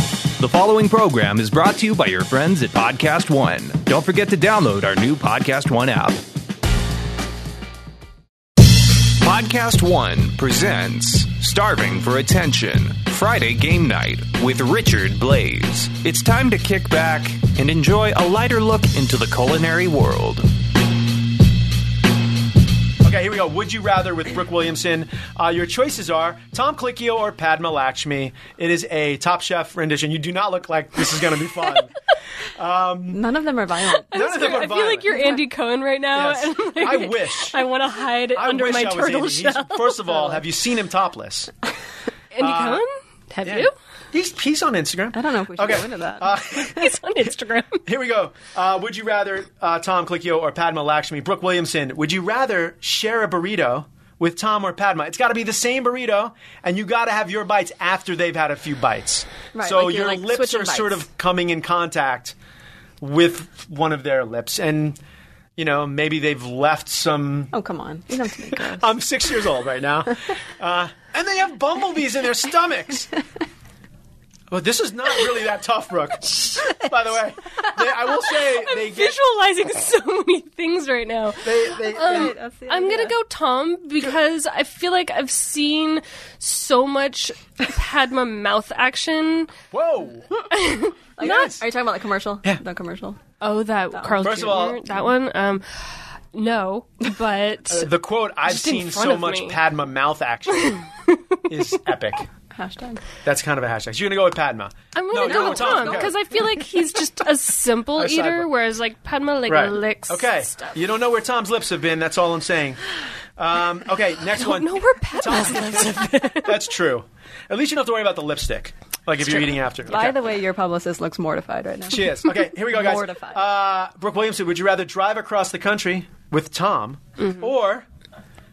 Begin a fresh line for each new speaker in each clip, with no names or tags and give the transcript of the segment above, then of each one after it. The following program is brought to you by your friends at Podcast One. Don't forget to download our new Podcast One app. Podcast One presents Starving for Attention Friday Game Night with Richard Blaze. It's time to kick back and enjoy a lighter look into the culinary world.
Okay, here we go. Would you rather with Brooke Williamson? Uh, your choices are Tom Colicchio or Padma Lakshmi. It is a Top Chef rendition. You do not look like this is going to be fun.
None of them are violent.
None of them are
I feel like
violent.
you're Andy Cohen right
Oh,
now.
Yes.
and I'm like,
I wish.
I want to hide
I
under
wish
my
I was
turtle
Andy. He's-
shell.
First of all, have you seen him topless?
Andy Cohen?
Have
uh, Yeah.
you?
He's, he's on Instagram.
I don't know if we should
Okay. Uh,
go into that.
He's on Instagram.
Here we go. Uh, would you rather uh, Tom Colicchio or Padma Lakshmi? Brooke Williamson, would you rather share a burrito with Tom or Padma? It's got to be the same burrito, and you got to have your bites after they've had a few bites.
Right,
so
like you're,
your
like,
lips are
switching
sort
bites.
of coming in contact with one of their lips, and you know maybe they've left some.
oh, come on. You don't have to make gross.
I'm six years old right now, uh, and they have bumblebees in their stomachs. Well, this is not really that tough, Brooke. By the way, they, I will say they get
Visualizing so many things right now.
they, they,
Uh.
Oh,
they-
I'm going to go Tom because I feel like I've seen so much Padma mouth action.
whoa.
Like,
Yes.
Are you talking about the commercial? Yeah. The commercial.
Oh,
Uh,
that, Carl
First
Jr.
of all-
that one. Um, no, but
The quote I've
in
seen
front
so
of
much
me.
Padma mouth action is epic.
Hashtag.
That's kind of a hashtag. So you're gonna go with Padma.
I'm gonna
no,
go
no,
with
Tom,
Tom
okay.
because I feel like he's just a simple
side
eater,
one.
whereas like Padma like
right.
licks
okay.
stuff.
You don't know where Tom's lips have been. That's all I'm saying. Um, okay, next one.
No, we're Padma's lips.
That's true. At least you don't have to worry about the lipstick. Like if you're eating after.
By
okay.
the way, your publicist looks mortified right now.
She is. Okay, here we go, guys.
Mortified.
Uh, Brooke Williamson, would you rather drive across the country with Tom
Mm-hmm.
or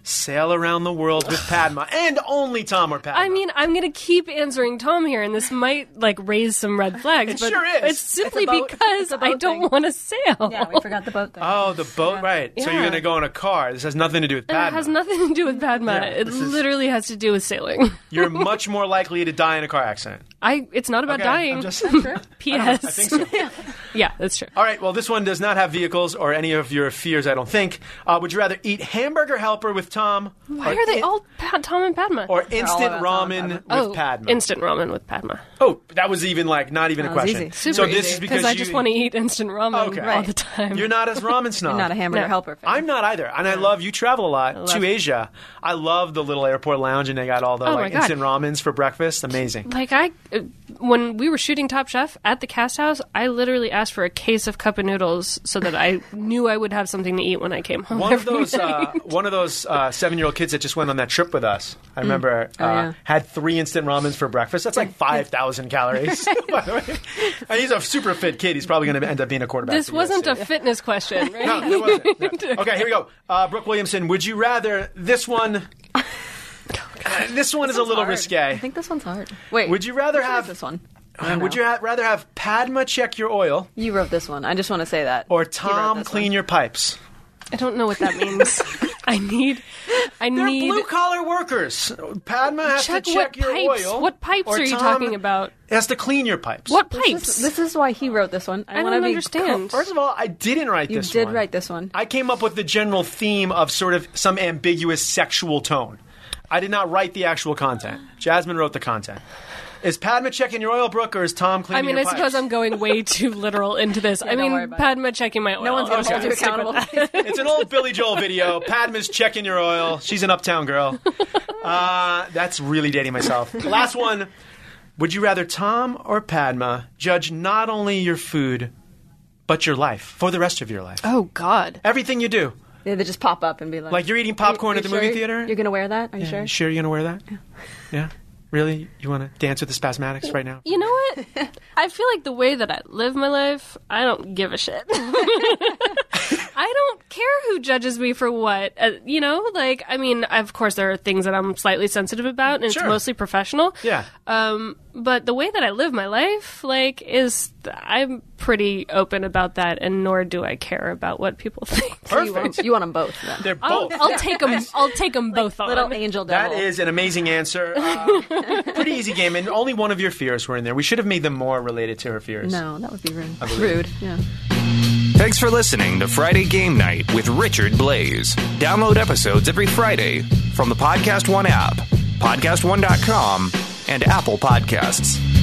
sail around the world with Padma and only Tom or Padma?
I mean, I'm going to keep answering Tom here, and this might like raise some red flags.
It
but
sure is.
It's simply
It's a boat-
because
it's a boat
I don't
thing.
want to sail.
Yeah, we forgot the boat thing.
Oh, the boat, right. So you're
Yeah.
going to go in a car. This has nothing to do with Padma.
It has nothing to do with Padma.
Yeah,
it
this is-
literally has to do with sailing.
you're much more likely to die in a car accident.
I. It's not about
Okay,
dying.
I'm just-
P.S.
I think so.
yeah, that's true.
All right, well, this one does not have vehicles or any of your fears, I don't think. Uh, would you rather eat hamburger helper with Tom?
Why are they all pa- Tom and Padma?
Or instant
about Tom
ramen
and
with
oh,
Padma.
instant ramen with Padma.
oh, that was even like not even a
That was
question.
easy.
Super
so this
Oh, easy,
is because
I
you,
just want to eat instant ramen
Okay.
all
Right.
the time.
You're not as ramen snob.
Not a hamburger
No.
helper fan.
I'm not either, and I love you travel a lot to
love-
Asia. I love the little airport lounge, and they got all the
Oh my
like
God.
instant ramens for breakfast. Amazing.
Like I, uh, when we were shooting Top Chef at the cast house, I literally asked for a case of cup of noodles so that I knew I would have something to eat when I came home.
One of
every
those,
night.
uh, one of those uh, seven-year-old kids that just went on that trip with us.
Mm.
I remember
Oh,
uh,
yeah.
had three instant ramens for breakfast. That's like five thousand calories. By the way, and he's a super fit kid. He's probably going to end up being a quarterback.
this
for the
wasn't
USC.
a fitness question, right?
No, it wasn't. No. Okay, here we go. Uh, Brooke Williamson, would you rather this one?
Oh,
uh, this one is a little
Hard.
risque.
I think this one's hard. Wait.
Would you rather
which one is
have- Uh,
this one?
Would you ha- rather have Padma check your oil
You wrote this one. I just want to say that.
or Tom clean your pipes?
I don't know what that means. I need, I
They're
need.
blue collar workers. Padma has
Check
to
what
check your
pipes?
oil.
What pipes
or
are you
Tom
talking about?
Has to clean your pipes.
What
This,
pipes?
is- this is why he wrote this one. I,
I
want to
don't
be
understand.
First of all, I didn't write
You
this.
did
one.
write this one.
I came up with the general theme of sort of some ambiguous sexual tone. I did not write the actual content. Jasmine wrote the content. Is Padma checking your oil, Brooke, or is Tom
I
cleaning
mean, I
your pipes?
suppose I'm going way too literal into this. I
don't worry
mean,
about it.
Padma checking my oil.
No one's going to
Okay.
hold you
Stick
accountable.
It's an old Billy Joel video. Padma's checking your oil. She's an uptown girl. Uh, that's really dating myself. The last one. Would you rather Tom or Padma judge not only your food, but your life for the rest of your life?
Oh God.
Everything you do.
Yeah, they just pop up and be like,
Like you're eating popcorn
"You
at the
sure
movie
you-
theater?
You're going to wear that? Are you
Yeah,
sure?
you sure you're going to wear that? Yeah. Really? You want to dance with the spasmatics right now?
You know what? I feel like the way that I live my life, I don't give a shit. I don't care who judges me for what. Uh, you know, like I mean, of course there are things that I'm slightly sensitive about, and it's
Sure.
mostly professional.
Yeah.
Um, but the way that I live my life, like, is I'm pretty open about that, and nor do I care about what people think.
You
Perfect.
want, you want them both. Then.
They're
I'll,
both.
I'll take them. I'll take them both on.
Little angel devil.
That is an amazing answer. Uh, pretty easy game, and only one of your fears were in there. We should have made them more related to her fears.
No, that would be rude. Rude. Yeah.
Thanks for listening to Friday Game Night with Richard Blaze. Download episodes every Friday from the Podcast One app, podcastone.com, and Apple Podcasts.